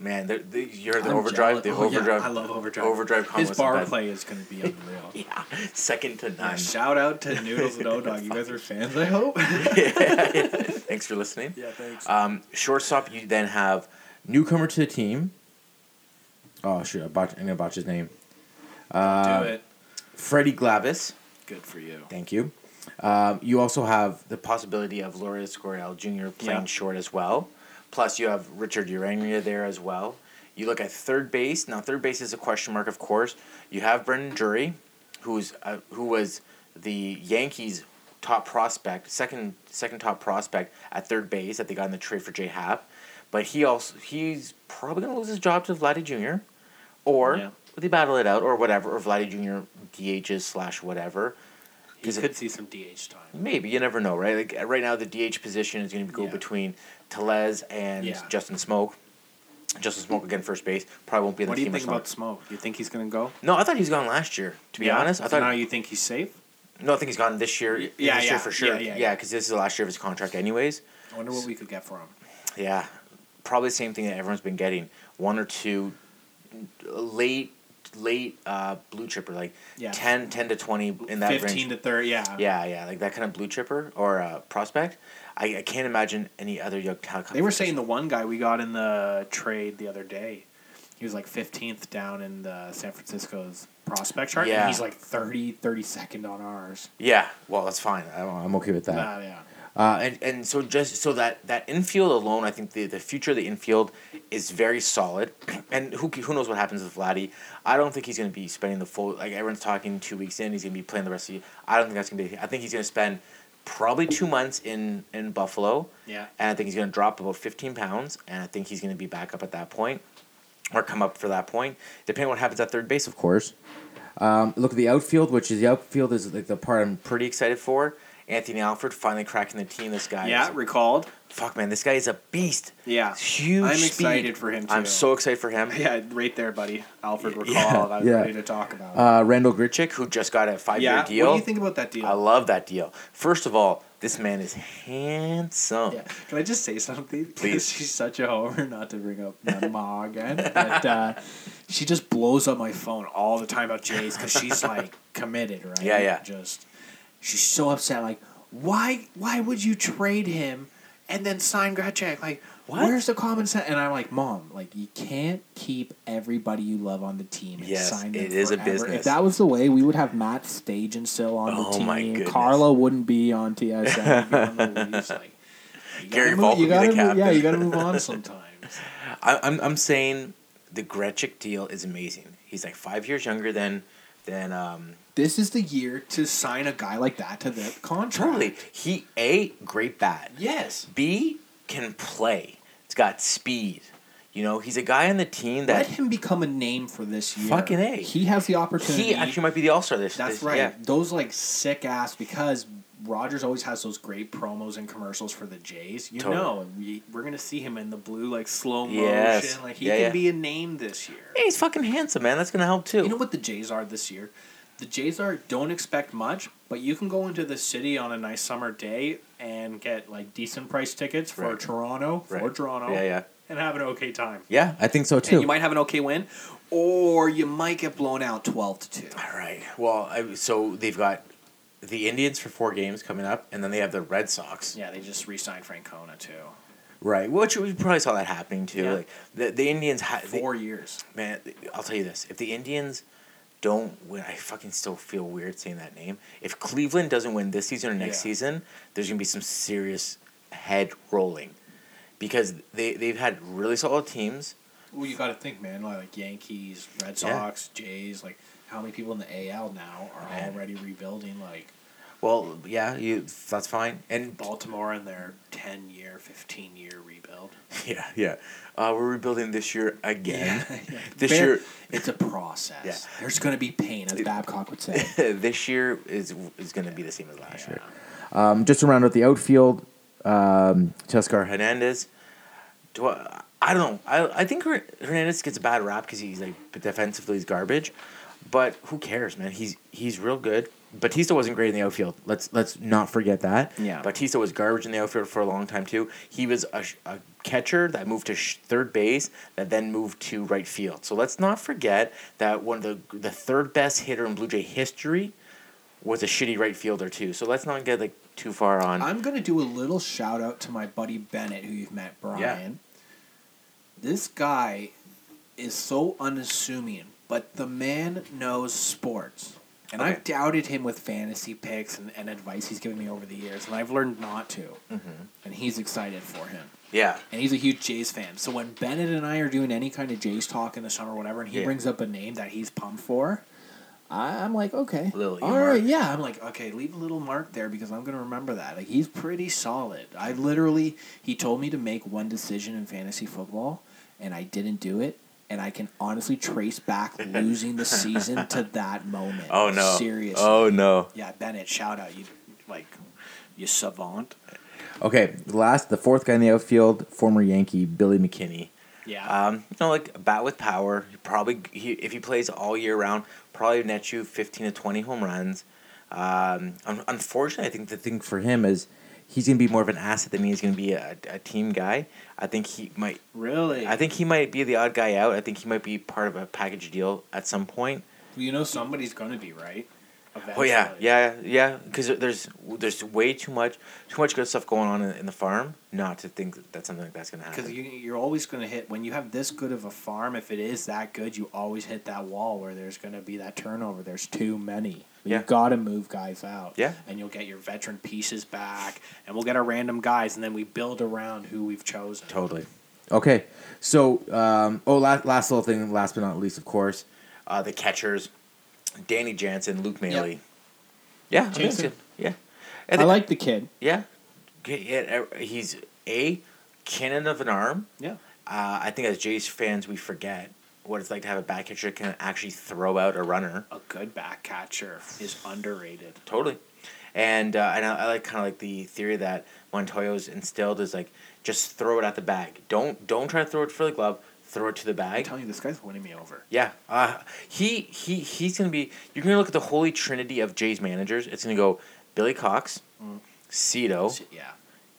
Speaker 1: Man, they're, they, you heard the
Speaker 2: I'm
Speaker 1: overdrive.
Speaker 2: jealous-
Speaker 1: The
Speaker 2: oh, yeah,
Speaker 1: overdrive.
Speaker 2: I love overdrive.
Speaker 1: Overdrive combo.
Speaker 2: His
Speaker 1: is
Speaker 2: bar
Speaker 1: bad.
Speaker 2: play is going to be unreal.
Speaker 1: Yeah, second to
Speaker 2: Uh,
Speaker 1: none.
Speaker 2: shout out to Noodles and O Dog. You guys are fans, I hope.
Speaker 1: Thanks for listening.
Speaker 2: yeah, thanks.
Speaker 1: Um, shortstop, you then have newcomer to the team. Oh shoot, I botched, I'm gonna botch his name. Uh,
Speaker 2: Do it.
Speaker 1: Freddie Glavis.
Speaker 2: Good for you.
Speaker 1: Thank you. Um, you also have the possibility of Lourdes Goriel Jr. playing
Speaker 2: Yeah.
Speaker 1: short as well. Plus, you have Richard Urania there as well. You look at third base. Now, third base is a question mark, of course. You have Brendan Drury, who's uh, who was the Yankees' top prospect, second second top prospect at third base that they got in the trade for Jay Happ. But he also he's probably gonna lose his job to Vladdy Jr. Or
Speaker 2: Yeah.
Speaker 1: they battle it out, or whatever, or Vladdy Jr. DHs slash whatever.
Speaker 2: You
Speaker 1: Is it-
Speaker 2: could see some DH time.
Speaker 1: Maybe you never know, right? Like uh, right now, the DH position is going to go
Speaker 2: Yeah.
Speaker 1: between Telez and
Speaker 2: Yeah.
Speaker 1: Justin Smoke. Justin Smoke again, first base. Probably won't be in
Speaker 2: What do
Speaker 1: the
Speaker 2: you
Speaker 1: team much
Speaker 2: think about
Speaker 1: longer.
Speaker 2: Smoke? You think he's going to go?
Speaker 1: No, I thought he was gone last year. To be
Speaker 2: Yeah?
Speaker 1: honest, I
Speaker 2: So
Speaker 1: thought
Speaker 2: now you think he's safe?
Speaker 1: no, I think he's gone this year.
Speaker 2: Y- yeah,
Speaker 1: this
Speaker 2: yeah,
Speaker 1: year for sure.
Speaker 2: yeah,
Speaker 1: Yeah,
Speaker 2: yeah, yeah.
Speaker 1: because this is the last year of his contract, anyways.
Speaker 2: I wonder what we could get for him.
Speaker 1: Yeah, probably the same thing that everyone's been getting. One or two late, late uh, blue chipper, like
Speaker 2: Yeah.
Speaker 1: 10, 10 to twenty in that
Speaker 2: 15
Speaker 1: range.
Speaker 2: to 30, yeah.
Speaker 1: Yeah, yeah, like that kind of blue chipper or uh, prospect. I, I can't imagine any other young talent.
Speaker 2: They were saying the one guy we got in the trade the other day, he was like 15th down in the San Francisco's prospect chart,
Speaker 1: Yeah.
Speaker 2: and he's like 30, 32nd on ours.
Speaker 1: Yeah, well, that's fine. I'm, I'm okay with that.
Speaker 2: Ah, yeah.
Speaker 1: Uh, and and so just so that that infield alone, I think the, the future of the infield is very solid. And who c- who knows what happens with Vladdy? I don't think he's going to be spending the full like everyone's talking two weeks in. He's going to be playing the rest of the. I don't think that's going to be. I think he's going to spend probably two months in in Buffalo.
Speaker 2: Yeah.
Speaker 1: And I think he's going to drop about 15 pounds, and I think he's going to be back up at that point, or come up for that point, depending on what happens at third base, of course. Um, look at the outfield, which is the outfield is like the part I'm pretty excited for. Anthony Alford finally cracking the team. This guy,
Speaker 2: Yeah,
Speaker 1: is,
Speaker 2: recalled.
Speaker 1: fuck man, this guy is a beast.
Speaker 2: Yeah.
Speaker 1: Huge.
Speaker 2: I'm
Speaker 1: speed.
Speaker 2: excited for him,
Speaker 1: I'm
Speaker 2: too.
Speaker 1: so excited for him.
Speaker 2: Yeah, right there, buddy. Alfred recalled.
Speaker 1: yeah,
Speaker 2: I was
Speaker 1: yeah.
Speaker 2: ready to talk about. it.
Speaker 1: Uh, Randall Gritchick, who just got a five-year
Speaker 2: yeah.
Speaker 1: deal.
Speaker 2: What do you think about that deal?
Speaker 1: I love that deal. First of all, this man is handsome.
Speaker 2: Yeah. Can I just say something?
Speaker 1: Oh. Please.
Speaker 2: She's such a homer, not to bring up my ma again, but uh, she just blows up my phone all the time about Jays because she's like committed, right?
Speaker 1: Yeah, yeah.
Speaker 2: Just she's so upset. Like, why? Why would you trade him and then sign Gretchek? Like,
Speaker 1: What?
Speaker 2: where's the common sense? And I'm like, mom, like you can't keep everybody you love on the team. And
Speaker 1: Yes,
Speaker 2: sign them
Speaker 1: it is a
Speaker 2: forever.
Speaker 1: business.
Speaker 2: If that was the way, we would have Matt Stage and still on
Speaker 1: Oh,
Speaker 2: the team.
Speaker 1: my goodness.
Speaker 2: Carlo wouldn't be on TSN. he'd be on the Leafs, like, you
Speaker 1: Gary
Speaker 2: gotta
Speaker 1: Volpe
Speaker 2: move- you
Speaker 1: be the
Speaker 2: gotta move-
Speaker 1: captain.
Speaker 2: Yeah, you got to move on sometimes.
Speaker 1: I, I'm I'm saying the Gretchick deal is amazing. He's like five years younger than than um
Speaker 2: this is the year to sign a guy like that to the contract.
Speaker 1: totally he a great bat
Speaker 2: Yes.
Speaker 1: B can play. It's got speed. You know he's a guy on the team
Speaker 2: Let
Speaker 1: that
Speaker 2: him become a name for this year.
Speaker 1: Fucking A.
Speaker 2: He has the opportunity.
Speaker 1: he actually might be the all star this.
Speaker 2: That's
Speaker 1: this-
Speaker 2: right.
Speaker 1: Yeah.
Speaker 2: Those like sick ass because Rogers always has those great promos and commercials for the Jays. You
Speaker 1: Totally.
Speaker 2: know, we, we're gonna see him in the blue like slow motion.
Speaker 1: Yes.
Speaker 2: Like he
Speaker 1: Yeah,
Speaker 2: can
Speaker 1: yeah.
Speaker 2: be a name this year.
Speaker 1: Hey, he's fucking handsome, man. That's gonna help too.
Speaker 2: You know what the Jays are this year? The Jays are don't expect much, but you can go into the city on a nice summer day and get like decent price tickets for
Speaker 1: Right.
Speaker 2: Toronto, for
Speaker 1: Right.
Speaker 2: Toronto,
Speaker 1: Yeah, yeah.
Speaker 2: and have an okay time.
Speaker 1: Yeah, I think so
Speaker 2: And you might have an okay win, or you might get blown out twelve to two.
Speaker 1: All right. Well, I, so they've got the Indians for four games coming up, and then they have the Red Sox.
Speaker 2: Yeah, they just re-signed Francona too.
Speaker 1: Right. Which we probably saw that happening too.
Speaker 2: Yeah.
Speaker 1: Like the the Indians ha- they-
Speaker 2: Four years.
Speaker 1: man, I'll tell you this: if the Indians don't win, I fucking still feel weird saying that name. If Cleveland doesn't win this season or next
Speaker 2: Yeah.
Speaker 1: season, there's gonna be some serious head rolling because they they've had really solid teams.
Speaker 2: Well, you got to think, man. Like Yankees, Red
Speaker 1: Yeah.
Speaker 2: Sox, Jays. Like how many people in the AL now are
Speaker 1: Man.
Speaker 2: already rebuilding? Like
Speaker 1: Well, yeah, you that's fine. And
Speaker 2: Baltimore in their ten-year, fifteen-year rebuild.
Speaker 1: yeah, yeah, uh, we're rebuilding this year again. This
Speaker 2: Fair-
Speaker 1: year-
Speaker 2: it's a process.
Speaker 1: Yeah.
Speaker 2: There's going to be pain, as Babcock would say.
Speaker 1: this year is is gonna be the same as last year.
Speaker 2: Yeah.
Speaker 1: Um, just to round out the outfield, um, Tescar Hernandez. Do I, I don't know. I, I think Her- Hernandez gets a bad rap because he's like defensively he's garbage, but who cares, man? He's he's real good. Batista wasn't great in the outfield. Let's let's not forget that.
Speaker 2: Yeah.
Speaker 1: Batista was garbage in the outfield for a long time too. He was a, sh- a catcher that moved to sh- third base, that then moved to right field. So let's not forget that one of the the third best hitter in Blue Jay history was a shitty right fielder too. So let's not get like too far on.
Speaker 2: I'm gonna do a little shout out to my buddy Bennett, who you've met, Brian. This guy is so unassuming, but the man knows sports. And
Speaker 1: Okay.
Speaker 2: I've doubted him with fantasy picks and, and advice he's given me over the years, and I've learned not to.
Speaker 1: Mm-hmm.
Speaker 2: And he's excited for him.
Speaker 1: yeah.
Speaker 2: And he's a huge Jays fan. So when Bennett and I are doing any kind of Jays talk in the summer or whatever, and he
Speaker 1: Yeah.
Speaker 2: brings up a name that he's pumped for, I- I'm like, okay.
Speaker 1: Little
Speaker 2: All
Speaker 1: earmark.
Speaker 2: right, yeah. I'm like, okay, leave a little mark there because I'm going to remember that. Like, he's pretty solid. I literally, he told me to make one decision in fantasy football, and I didn't do it. And I can honestly trace back losing the season to that moment.
Speaker 1: Oh no.
Speaker 2: Seriously.
Speaker 1: Oh no.
Speaker 2: Yeah, Bennett, shout out. You, like, you savant.
Speaker 1: Okay, the last the fourth guy in the outfield, former Yankee Billy McKinney.
Speaker 2: Yeah.
Speaker 1: Um, you know, like a bat with power. He probably he, if he plays all year round, probably net you fifteen to twenty home runs. Um, un- unfortunately, I think the thing for him is he's gonna be more of an asset than he's gonna be a, a team guy. I think he might.
Speaker 2: really?
Speaker 1: I think he might be the odd guy out. I think he might be part of a package deal at some point.
Speaker 2: You know somebody's gonna be right.
Speaker 1: Oh yeah, yeah, yeah. Because there's there's way too much too much good stuff going on in, in the farm not to think that something like that's gonna happen.
Speaker 2: Because you, you're always gonna hit when you have this good of a farm. If it is that good, you always hit that wall where there's gonna be that turnover. There's too many.
Speaker 1: Yeah.
Speaker 2: You gotta move guys out.
Speaker 1: Yeah.
Speaker 2: And you'll get your veteran pieces back, and we'll get our random guys, and then we build around who we've chosen.
Speaker 1: Totally. Okay. So, um, oh, last, last little thing, last but not least, of course, uh, the catchers, Danny Jansen, Luke Maley. Yeah, I think
Speaker 2: Jansen.
Speaker 1: so. Yeah. And
Speaker 2: I
Speaker 1: the-
Speaker 2: like the kid.
Speaker 1: Yeah. Okay, yeah, uh, He's a cannon of an arm.
Speaker 2: Yeah.
Speaker 1: Uh, I think as Jays fans, we forget what it's like to have a back catcher that can actually throw out a runner.
Speaker 2: A good back catcher is underrated.
Speaker 1: Totally. And uh, and I, I like kind of like the theory that Montoyo's instilled is like just throw it at the bag. Don't don't try to throw it for the glove. Throw it to the
Speaker 2: I'm
Speaker 1: bag.
Speaker 2: telling you, this guy's winning me over.
Speaker 1: Yeah, uh, he he he's gonna be. You're gonna look at the holy trinity of Jays managers. It's gonna go Billy Cox, Cito,
Speaker 2: Yeah.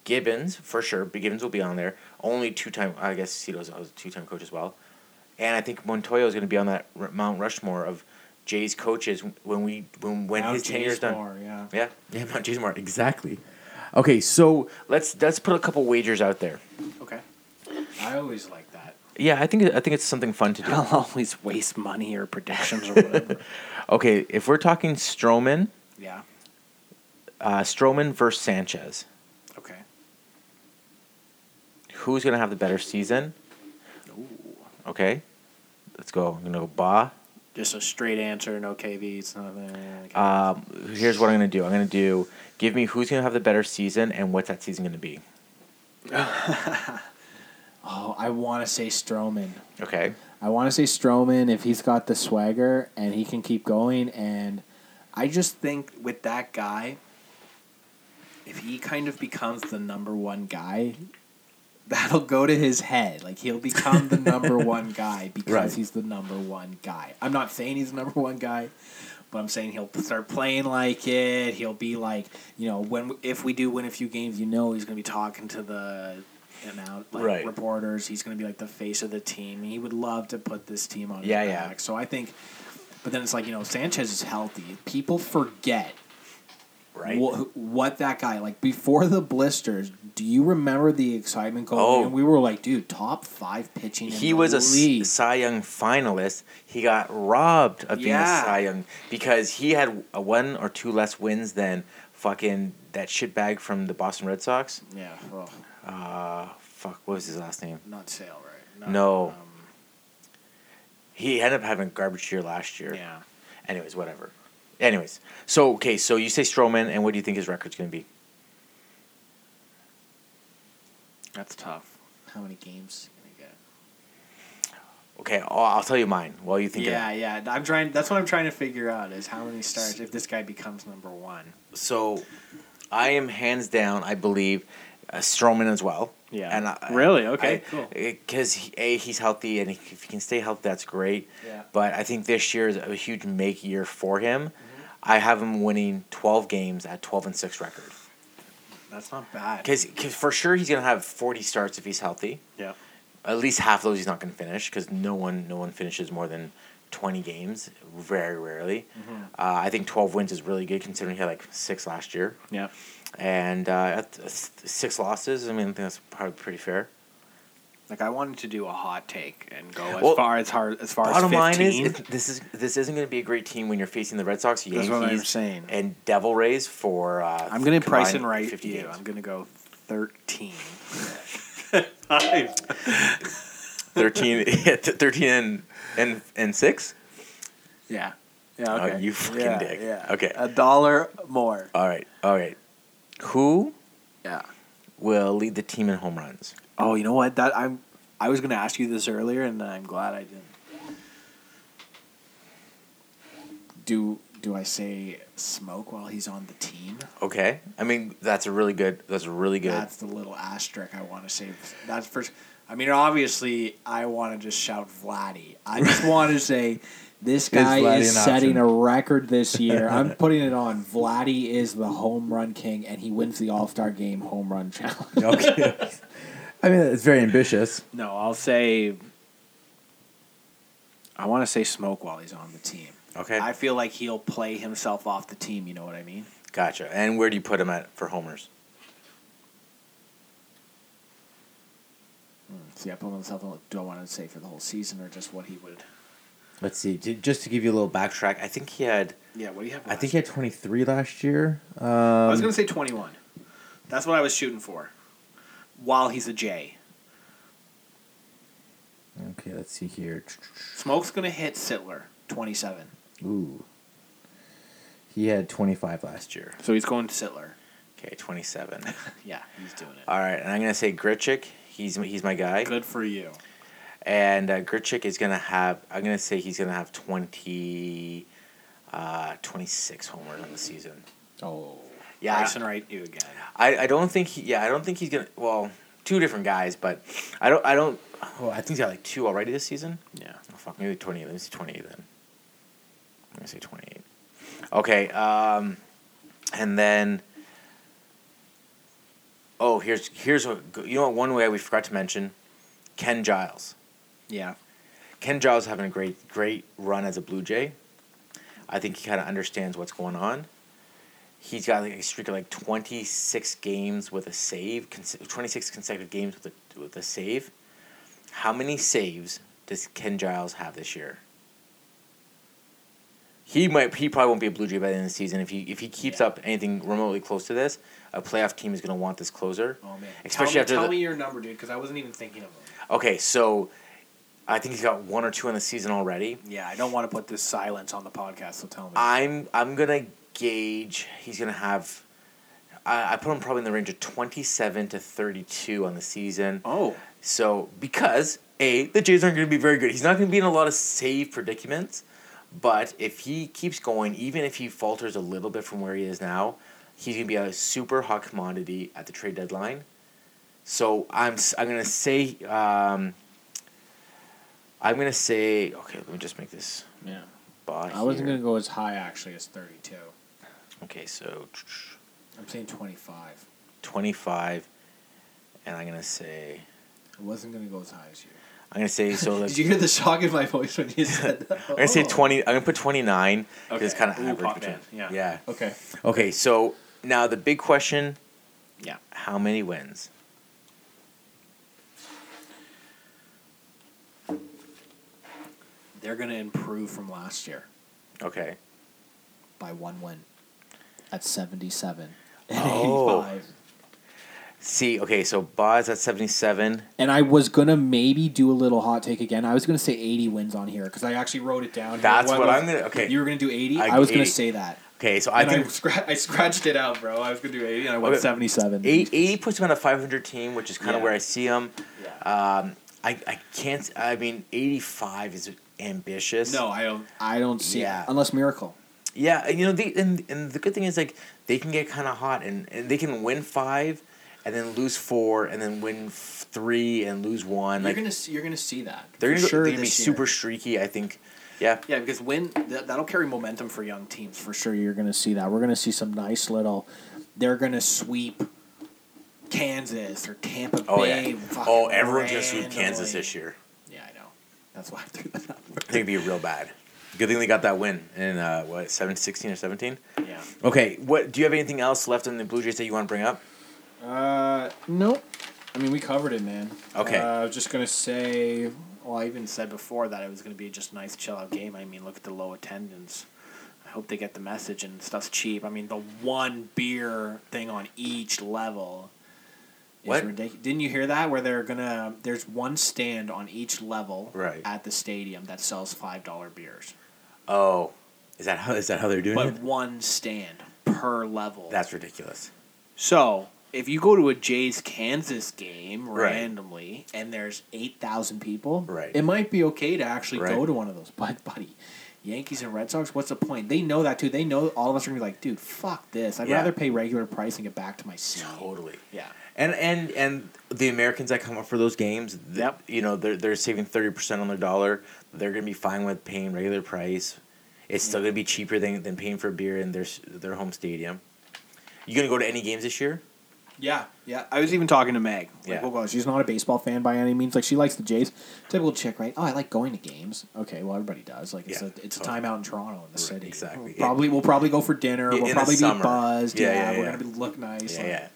Speaker 1: Gibbons for sure. But Gibbons will be on there. Only two time. I guess Cito's a two time coach as well. And I think Montoyo is gonna be on that R- Mount Rushmore of Jays coaches when we when when
Speaker 2: Now
Speaker 1: his tenure is
Speaker 2: Jays
Speaker 1: done.
Speaker 2: Moore, Yeah.
Speaker 1: Yeah, yeah, Mount Jays Moore exactly. Okay, so let's let's put a couple wagers out there.
Speaker 2: Okay. I always like that.
Speaker 1: Yeah, I think I think it's something fun to do.
Speaker 2: I'll always waste money or predictions or whatever.
Speaker 1: Okay, if we're talking Stroman.
Speaker 2: yeah.
Speaker 1: uh, Stroman versus Sanchez.
Speaker 2: Okay.
Speaker 1: Who's gonna have the better season?
Speaker 2: Ooh.
Speaker 1: Okay, let's go. I'm gonna go Ba.
Speaker 2: Just a straight answer, no KVs, nothing.
Speaker 1: Um, here's what I'm gonna do. I'm gonna do. Give me who's gonna have the better season and what's that season gonna be.
Speaker 2: oh, I want to say Strowman.
Speaker 1: Okay.
Speaker 2: I want to say Strowman if he's got the swagger and he can keep going. And I just think with that guy, if he kind of becomes the number one guy, that'll go to his head. Like he'll become the number one guy because
Speaker 1: Right.
Speaker 2: he's the number one guy. I'm not saying he's the number one guy. But I'm saying he'll start playing like it. He'll be like, you know, when if we do win a few games, you know, he's gonna be talking to the and out like
Speaker 1: Right.
Speaker 2: reporters. He's gonna be like the face of the team. He would love to put this team on.
Speaker 1: Yeah,
Speaker 2: his
Speaker 1: yeah.
Speaker 2: back. So I think, but then it's like you know, Sanchez is healthy. People forget
Speaker 1: Right.
Speaker 2: wh- what that guy like before the blisters. Do you remember the excitement going?
Speaker 1: Oh.
Speaker 2: in? we were like, dude, top five pitching. in
Speaker 1: he
Speaker 2: the
Speaker 1: was a S-
Speaker 2: league.
Speaker 1: Cy Young finalist. He got robbed of being
Speaker 2: Yeah.
Speaker 1: a Cy Young because he had a one or two less wins than fucking that shitbag from the Boston Red Sox.
Speaker 2: yeah, well,
Speaker 1: Uh, fuck. What was his last name?
Speaker 2: not Sale, right?
Speaker 1: No.
Speaker 2: Um,
Speaker 1: He ended up having a garbage year last year.
Speaker 2: yeah.
Speaker 1: Anyways, whatever. Anyways, so okay, so you say Strowman, and what do you think his record's gonna be?
Speaker 2: That's tough. How many games are you gonna get?
Speaker 1: Okay, I'll, I'll tell you mine while you think.
Speaker 2: Yeah,
Speaker 1: Of
Speaker 2: yeah. I'm trying. That's what I'm trying to figure out is how many starts if this guy becomes number one.
Speaker 1: it. So, I am hands down. I believe uh, Strowman as well.
Speaker 2: Yeah.
Speaker 1: And I,
Speaker 2: Really? Okay, cool.
Speaker 1: Because he, a he's healthy, and if he can stay healthy, that's great.
Speaker 2: Yeah. Mm-hmm.
Speaker 1: But I think this year is a huge make year for him. I have him winning 12 games at 12 and 6 record.
Speaker 2: That's not bad.
Speaker 1: Because for sure he's going to have 40 starts if he's healthy.
Speaker 2: Yeah.
Speaker 1: At least half of those he's not going to finish because no one no one finishes more than 20 games very rarely.
Speaker 2: Mm-hmm.
Speaker 1: Uh, I think 12 wins is really good considering he had like six last year.
Speaker 2: Yeah.
Speaker 1: And uh, at uh, s- six losses, I mean, I think that's probably pretty fair.
Speaker 2: Like I wanted to do a hot take and go as
Speaker 1: Well,
Speaker 2: far as hard as far
Speaker 1: Bottom
Speaker 2: as
Speaker 1: line is,
Speaker 2: fifteen.
Speaker 1: it- this is this isn't going to be a great team when you're facing the Red Sox,
Speaker 2: That's
Speaker 1: Yankees,
Speaker 2: what I'm saying.
Speaker 1: and Devil Rays for. Uh,
Speaker 2: I'm gonna price
Speaker 1: combined
Speaker 2: and right
Speaker 1: 50
Speaker 2: you.
Speaker 1: games.
Speaker 2: I'm gonna go thirteen.
Speaker 1: Thirteen, yeah, th- thirteen and and and six.
Speaker 2: Yeah. Yeah.
Speaker 1: Oh,
Speaker 2: Okay.
Speaker 1: you fucking
Speaker 2: yeah,
Speaker 1: dick.
Speaker 2: Yeah.
Speaker 1: Okay.
Speaker 2: A dollar more.
Speaker 1: All right, all right. Who
Speaker 2: Yeah.
Speaker 1: will lead the team in home runs?
Speaker 2: Oh, you know what? That I'm. I was gonna ask you this earlier, and I'm glad I didn't. Do do I say smoke while he's on the team?
Speaker 1: Okay, I mean that's a really good. That's a really good.
Speaker 2: That's the little asterisk I want to say. That's first. I mean, obviously, I want to just shout Vladdy. I just want to say this guy
Speaker 1: Vladdy
Speaker 2: is
Speaker 1: an
Speaker 2: setting
Speaker 1: option?
Speaker 2: a record this year. I'm putting it on. Vladdy is the home run king, and he wins the All Star Game home run challenge.
Speaker 4: Okay. I mean, it's very ambitious.
Speaker 2: No, I'll say. I want to say smoke while he's on the team.
Speaker 1: Okay,
Speaker 2: I feel like he'll play himself off the team. You know what I mean?
Speaker 1: gotcha. And where do you put him at for homers?
Speaker 2: See, I put himself. on- Do I want to say for the whole season or just what he would?
Speaker 4: Let's see. j- Just to give you a little backtrack,
Speaker 1: Track. I think he had.
Speaker 2: Yeah, what do you have?
Speaker 4: I think he had 23 last year. Um,
Speaker 2: I was gonna say twenty one. That's what I was shooting for. While he's a J,
Speaker 4: okay, let's see here.
Speaker 2: Smoke's gonna hit Sittler twenty seven.
Speaker 4: Ooh. He had 25 last year.
Speaker 2: So he's going to Sittler.
Speaker 1: Okay, twenty-seven.
Speaker 2: Yeah, he's doing it.
Speaker 1: All right, and I'm gonna say Gritchick. He's he's my guy.
Speaker 2: Good for you.
Speaker 1: And uh, Gritchick is gonna have. I'm gonna say he's gonna have 20, uh, 26 homers on the season.
Speaker 2: Oh,
Speaker 1: Yeah.
Speaker 2: Bryson Wright, you again.
Speaker 1: I, I don't think he. Yeah, I don't think he's gonna. Well, two different guys, but I don't. I don't. Oh, I think he's got like two already this season.
Speaker 2: Yeah.
Speaker 1: Oh, fuck, maybe twenty. Let me see twenty then. Let me say twenty-eight. Okay. Um, and then. Oh, here's here's a you know what, one way we forgot to mention, Ken Giles.
Speaker 2: Yeah.
Speaker 1: Ken Giles having a great great run as a Blue Jay. I think he kind of understands what's going on. He's got like a streak of like twenty six games with a save, twenty six consecutive games with a with a save. How many saves does Ken Giles have this year? He might he probably won't be a Blue Jay by the end of the season if he if he keeps
Speaker 2: Yeah.
Speaker 1: up anything remotely close to this. A playoff team is going to want this closer.
Speaker 2: Oh man.
Speaker 1: Especially
Speaker 2: tell me,
Speaker 1: after
Speaker 2: tell
Speaker 1: the-
Speaker 2: me your number, dude, because I wasn't even thinking of him.
Speaker 1: Okay, so I think he's got one or two in the season already.
Speaker 2: Yeah, I don't want to put this silence on the podcast. So tell me.
Speaker 1: I'm I'm gonna gauge he's gonna have. I, I put him probably in the range of twenty seven to thirty two on the season.
Speaker 2: oh.
Speaker 1: So because a the Jays aren't gonna be very good. He's not gonna be in a lot of save predicaments. But if he keeps going, even if he falters a little bit from where he is now, he's gonna be a super hot commodity at the trade deadline. So I'm s- I'm gonna say um, I'm gonna say okay. Let me just make this.
Speaker 2: Yeah.
Speaker 1: Bot
Speaker 2: I wasn't
Speaker 1: here.
Speaker 2: gonna go as high actually as thirty two.
Speaker 1: Okay, so
Speaker 2: I'm saying twenty five.
Speaker 1: 25 and i'm gonna say
Speaker 2: I wasn't gonna go as high as you.
Speaker 1: i'm gonna say so like,
Speaker 2: Did you hear the shock in my voice when you said that?
Speaker 1: i'm gonna say 20 i'm gonna put 29 okay. it's
Speaker 2: Okay.
Speaker 1: kind of
Speaker 2: Ooh,
Speaker 1: average
Speaker 2: pop
Speaker 1: between,
Speaker 2: in, yeah.
Speaker 1: yeah
Speaker 2: Okay.
Speaker 1: okay so now the big question
Speaker 2: Yeah.
Speaker 1: how many wins
Speaker 2: They're going to improve from last year
Speaker 1: okay
Speaker 2: by one win at 77 and
Speaker 1: Oh.
Speaker 2: 85.
Speaker 1: see okay so Boz at 77
Speaker 2: And I was going to maybe do a little hot take again. I was going to say 80 wins on here because I actually wrote it down. here.
Speaker 1: That's what
Speaker 2: was-
Speaker 1: I'm gonna- okay.
Speaker 2: You were going to do 80?
Speaker 1: I-
Speaker 2: I, was going
Speaker 1: 80.
Speaker 2: to say that.
Speaker 1: okay so i
Speaker 2: I and
Speaker 1: think
Speaker 2: I, scra- I scratched it out, bro. I was going to do 80 and I went
Speaker 1: Okay.
Speaker 2: 77.
Speaker 1: eight- 80 puts him on a 500 team which is kind of
Speaker 2: Yeah.
Speaker 1: where i see him
Speaker 2: Yeah.
Speaker 1: um I, I can't i mean 85 is ambitious
Speaker 2: No, I don't. I don't see
Speaker 1: Yeah.
Speaker 2: it. Unless Miracle.
Speaker 1: Yeah, and, you know, the and and the good thing is like they can get kind of hot and, and they can win five, and then lose four, and then win f- three and lose one.
Speaker 2: You're
Speaker 1: Like
Speaker 2: gonna see, you're gonna see that.
Speaker 1: they're
Speaker 2: for
Speaker 1: gonna, go-
Speaker 2: sure
Speaker 1: they're gonna be
Speaker 2: this year.
Speaker 1: super streaky. I think. Yeah.
Speaker 2: Yeah, because when that, that'll carry momentum for young teams for sure. You're going to see that. We're going to see some nice little. They're going to sweep Kansas or Tampa
Speaker 1: Oh
Speaker 2: Bay.
Speaker 1: yeah.
Speaker 2: fucking
Speaker 1: Oh, everyone's gonna sweep Kansas
Speaker 2: randomly.
Speaker 1: this year.
Speaker 2: Yeah, I know. That's why I threw that up.
Speaker 1: I think it'd be real bad. Good thing they got that win in uh, what 7, 16 or seventeen.
Speaker 2: Yeah.
Speaker 1: Okay, what do you have anything else left in the Blue Jays that you want to bring up?
Speaker 2: Uh, nope. I mean, we covered it, man.
Speaker 1: Okay.
Speaker 2: Uh, I was just gonna say. Well, I even said before that it was gonna be just a nice chill out game. I mean, look at the low attendance. I hope they get the message and stuff's cheap. I mean, the one beer thing on each level. is
Speaker 1: What?
Speaker 2: ridic- Didn't you hear that? Where they're gonna there's one stand on each level
Speaker 1: Right.
Speaker 2: at the stadium that sells five dollar beers,
Speaker 1: Oh, is that how is that how they're doing
Speaker 2: but
Speaker 1: it?
Speaker 2: one stand per level.
Speaker 1: That's ridiculous.
Speaker 2: So if you go to a Jays Kansas game
Speaker 1: Right.
Speaker 2: randomly and there's eight thousand people,
Speaker 1: Right.
Speaker 2: it might be okay to actually go
Speaker 1: Right.
Speaker 2: to one of those. But buddy, Yankees and Red Sox, what's the point? They know that too. They know all of us are gonna be like, dude, fuck this. I'd
Speaker 1: Yeah.
Speaker 2: rather pay regular price and get back to my seat.
Speaker 1: Totally.
Speaker 2: Yeah.
Speaker 1: And and and the Americans that come up for those games, th-
Speaker 2: Yep.
Speaker 1: you know, they're they're saving thirty percent on their dollar. They're gonna be fine with paying regular price. It's still gonna be cheaper than, than paying for a beer in their s- their home stadium. You gonna go to any games this year?
Speaker 2: Yeah, yeah. I was even talking to Meg. Like,
Speaker 1: Yeah.
Speaker 2: well, well, she's not a baseball fan by any means. Like, she likes the Jays. Typical chick, right? Oh, I like going to games. Okay, well, everybody does. Like, it's
Speaker 1: Yeah,
Speaker 2: a it's a
Speaker 1: totally.
Speaker 2: time out in Toronto in the city.
Speaker 1: exactly.
Speaker 2: We'll probably we'll probably go for dinner.
Speaker 1: Yeah, in
Speaker 2: we'll
Speaker 1: the
Speaker 2: probably be
Speaker 1: summer.
Speaker 2: buzzed.
Speaker 1: Yeah,
Speaker 2: Yeah,
Speaker 1: yeah,
Speaker 2: we're
Speaker 1: yeah.
Speaker 2: gonna be, look nice.
Speaker 1: Yeah,
Speaker 2: Like,
Speaker 1: yeah.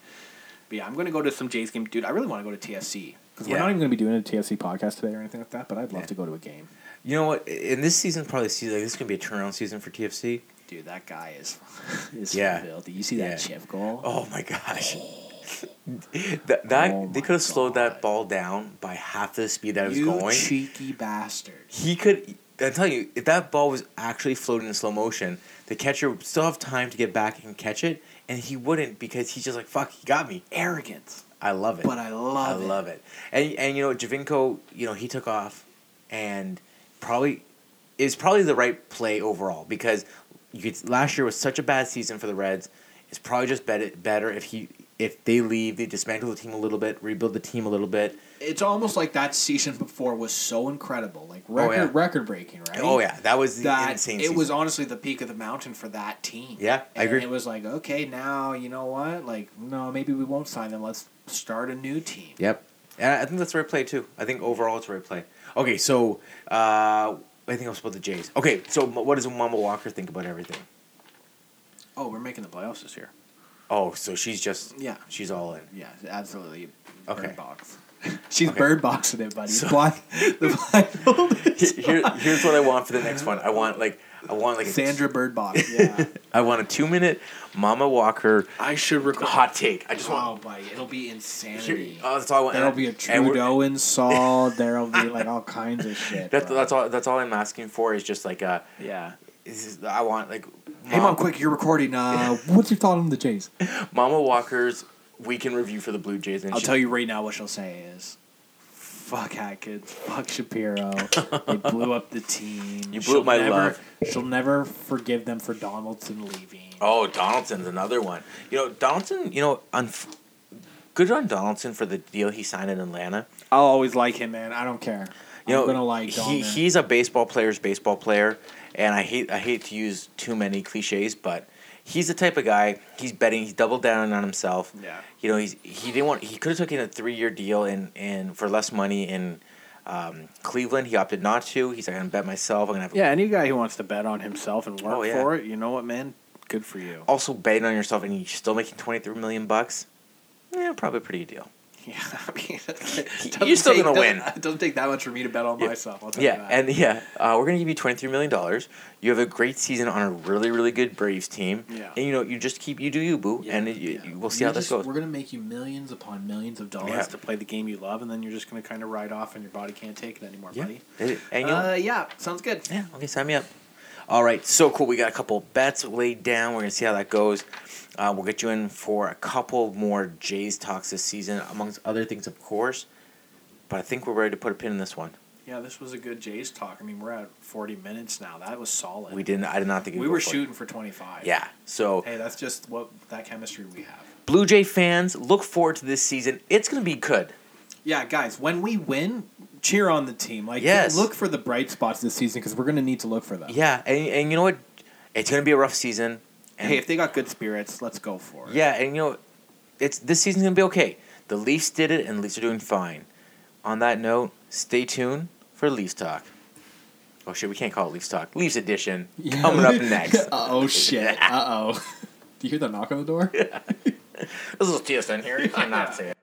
Speaker 2: But yeah, I'm gonna go to some Jays game, dude. I really want to go to TSC because
Speaker 1: Yeah.
Speaker 2: we're not even gonna be doing a TSC podcast today or anything like that. But I'd love
Speaker 1: Yeah.
Speaker 2: to go to a game.
Speaker 1: You know what? In this season, probably season like this is gonna be a turnaround season for TFC.
Speaker 2: Dude, that guy is is
Speaker 1: Yeah.
Speaker 2: filthy. You see
Speaker 1: Yeah.
Speaker 2: that chip goal?
Speaker 1: Oh my gosh. that that
Speaker 2: Oh
Speaker 1: they
Speaker 2: my
Speaker 1: could have slowed that
Speaker 2: God.
Speaker 1: ball down by half the speed that it was
Speaker 2: you
Speaker 1: going.
Speaker 2: cheeky bastard!
Speaker 1: he could. I'm telling you, if that ball was actually floating in slow motion, the catcher would still have time to get back and catch it, and he wouldn't because he's just like, "Fuck, he got me."
Speaker 2: Arrogance,
Speaker 1: I love it.
Speaker 2: but I
Speaker 1: I
Speaker 2: love it.
Speaker 1: love it. And and you know, Javinko, you know, he took off, and probably is probably the right play overall because you could, last year was such a bad season for the Reds. It's probably just better better if he if they leave, they dismantle the team a little bit, rebuild the team a little bit.
Speaker 2: it's almost like that season before was so incredible, like record
Speaker 1: Oh, yeah.
Speaker 2: record breaking, right?
Speaker 1: Oh yeah, that was the
Speaker 2: that
Speaker 1: insane.
Speaker 2: it was
Speaker 1: season.
Speaker 2: honestly the peak of the mountain for that team.
Speaker 1: Yeah, I
Speaker 2: and
Speaker 1: agree.
Speaker 2: It was like, okay, now you know what? Like, no, maybe we won't sign them. Let's start a new team.
Speaker 1: Yep. And I think that's the right play too. I think overall it's the right play. Okay, so uh, I think I was about the Jays. Okay, so m- what does Mama Walker think about everything?
Speaker 2: Oh, we're making the playoffs this year.
Speaker 1: Oh, so she's just
Speaker 2: Yeah.
Speaker 1: she's all in.
Speaker 2: Yeah, absolutely.
Speaker 1: Okay.
Speaker 2: Bird box. She's
Speaker 1: Okay.
Speaker 2: bird boxing it, buddy.
Speaker 1: So-
Speaker 2: Blind, the blindfold.
Speaker 1: Here, here- here's what I want for the next one. I want like I want like a,
Speaker 2: Sandra Bird Box. Yeah.
Speaker 1: I want a two minute Mama Walker
Speaker 2: I should record.
Speaker 1: hot take. I just
Speaker 2: Oh,
Speaker 1: want.
Speaker 2: buddy, it'll be
Speaker 1: Here,
Speaker 2: insanity.
Speaker 1: oh, that's all I want.
Speaker 2: There'll be a
Speaker 1: And we're-
Speaker 2: Trudeau installed. There'll be like all kinds of shit.
Speaker 1: That's
Speaker 2: bro.
Speaker 1: that's all. That's all I'm asking for is just like uh,
Speaker 2: Yeah.
Speaker 1: this is, I want like.
Speaker 2: Hey, mom, quick, you're recording. Uh, what's your thought on the Jays?
Speaker 1: Mama Walker's weekend review for the Blue Jays. And
Speaker 2: I'll
Speaker 1: she-
Speaker 2: tell you right now what she'll say is, "Fuck Atkins, fuck Shapiro. they blew up the team.
Speaker 1: You blew up my
Speaker 2: never,
Speaker 1: love."
Speaker 2: She'll never forgive them for Donaldson leaving.
Speaker 1: Oh, Donaldson's another one. You know, Donaldson. You know, unf- good on Donaldson for the deal he signed in Atlanta.
Speaker 2: I'll always like him, man. I don't care.
Speaker 1: You
Speaker 2: I'm
Speaker 1: know,
Speaker 2: gonna like
Speaker 1: he,
Speaker 2: Donaldson.
Speaker 1: he's a baseball player's baseball player, and I hate I hate to use too many cliches, but he's the type of guy. He's betting. He's doubled down on himself.
Speaker 2: Yeah.
Speaker 1: You know, he's he didn't want. He could have taken a three year deal and and for less money in um, Cleveland. He opted not to. He's like, I'm gonna bet myself. I'm gonna have.
Speaker 2: yeah, any guy who wants to bet on himself and work
Speaker 1: Oh, yeah.
Speaker 2: for it, you know what, man? Good for you.
Speaker 1: Also, betting on yourself, and you're still making twenty three million bucks. Yeah, probably a pretty good deal.
Speaker 2: Yeah, I mean,
Speaker 1: You're still gonna
Speaker 2: take- doesn't-
Speaker 1: win.
Speaker 2: It doesn't take that much for me to bet on
Speaker 1: Yeah.
Speaker 2: myself. I'll tell you
Speaker 1: Yeah,
Speaker 2: that.
Speaker 1: and yeah, uh, we're gonna give you twenty three million dollars. You have a great season on a really, really good Braves team.
Speaker 2: Yeah.
Speaker 1: and you know you just keep you do you boo, and it, you- you- we'll see how this goes.
Speaker 2: We're gonna make you millions upon millions of dollars
Speaker 1: Yeah.
Speaker 2: to play the game you love, and then you're just gonna kind of ride off, and your body can't take it anymore,
Speaker 1: yeah,
Speaker 2: buddy.
Speaker 1: It- and you
Speaker 2: Uh, yeah, sounds good.
Speaker 1: yeah, okay, sign me up. All right, so cool. We got a couple bets laid down. We're gonna see how that goes. Uh, we'll get you in for a couple more Jays talks this season, amongst other things, of course. But I think we're ready to put a pin in this one.
Speaker 2: Yeah, this was a good Jays talk. I mean, we're at 40 minutes now. That was solid.
Speaker 1: We didn't. I did not think
Speaker 2: We
Speaker 1: would go
Speaker 2: were
Speaker 1: for it.
Speaker 2: shooting for 25.
Speaker 1: Yeah. So
Speaker 2: Hey, that's just what that chemistry we have.
Speaker 1: Blue Jay fans, look forward to this season. It's going to be good.
Speaker 2: Yeah, guys, when we win, cheer on the team. Like,
Speaker 1: Yes.
Speaker 2: look for the bright spots this season because we're going to need to look for them.
Speaker 1: Yeah, and, and you know what? It's going to be a rough season. And
Speaker 2: Hey, if they got good spirits, let's go for it.
Speaker 1: Yeah, and you know, it's this season's gonna be okay. The Leafs did it, and the Leafs are doing fine. On that note, stay tuned for Leafs talk. Oh shit, we can't call it Leafs talk. Leafs edition coming up next.
Speaker 2: oh shit. Uh oh. Do you hear the knock on the door?
Speaker 1: this is TSN here. You cannot say it.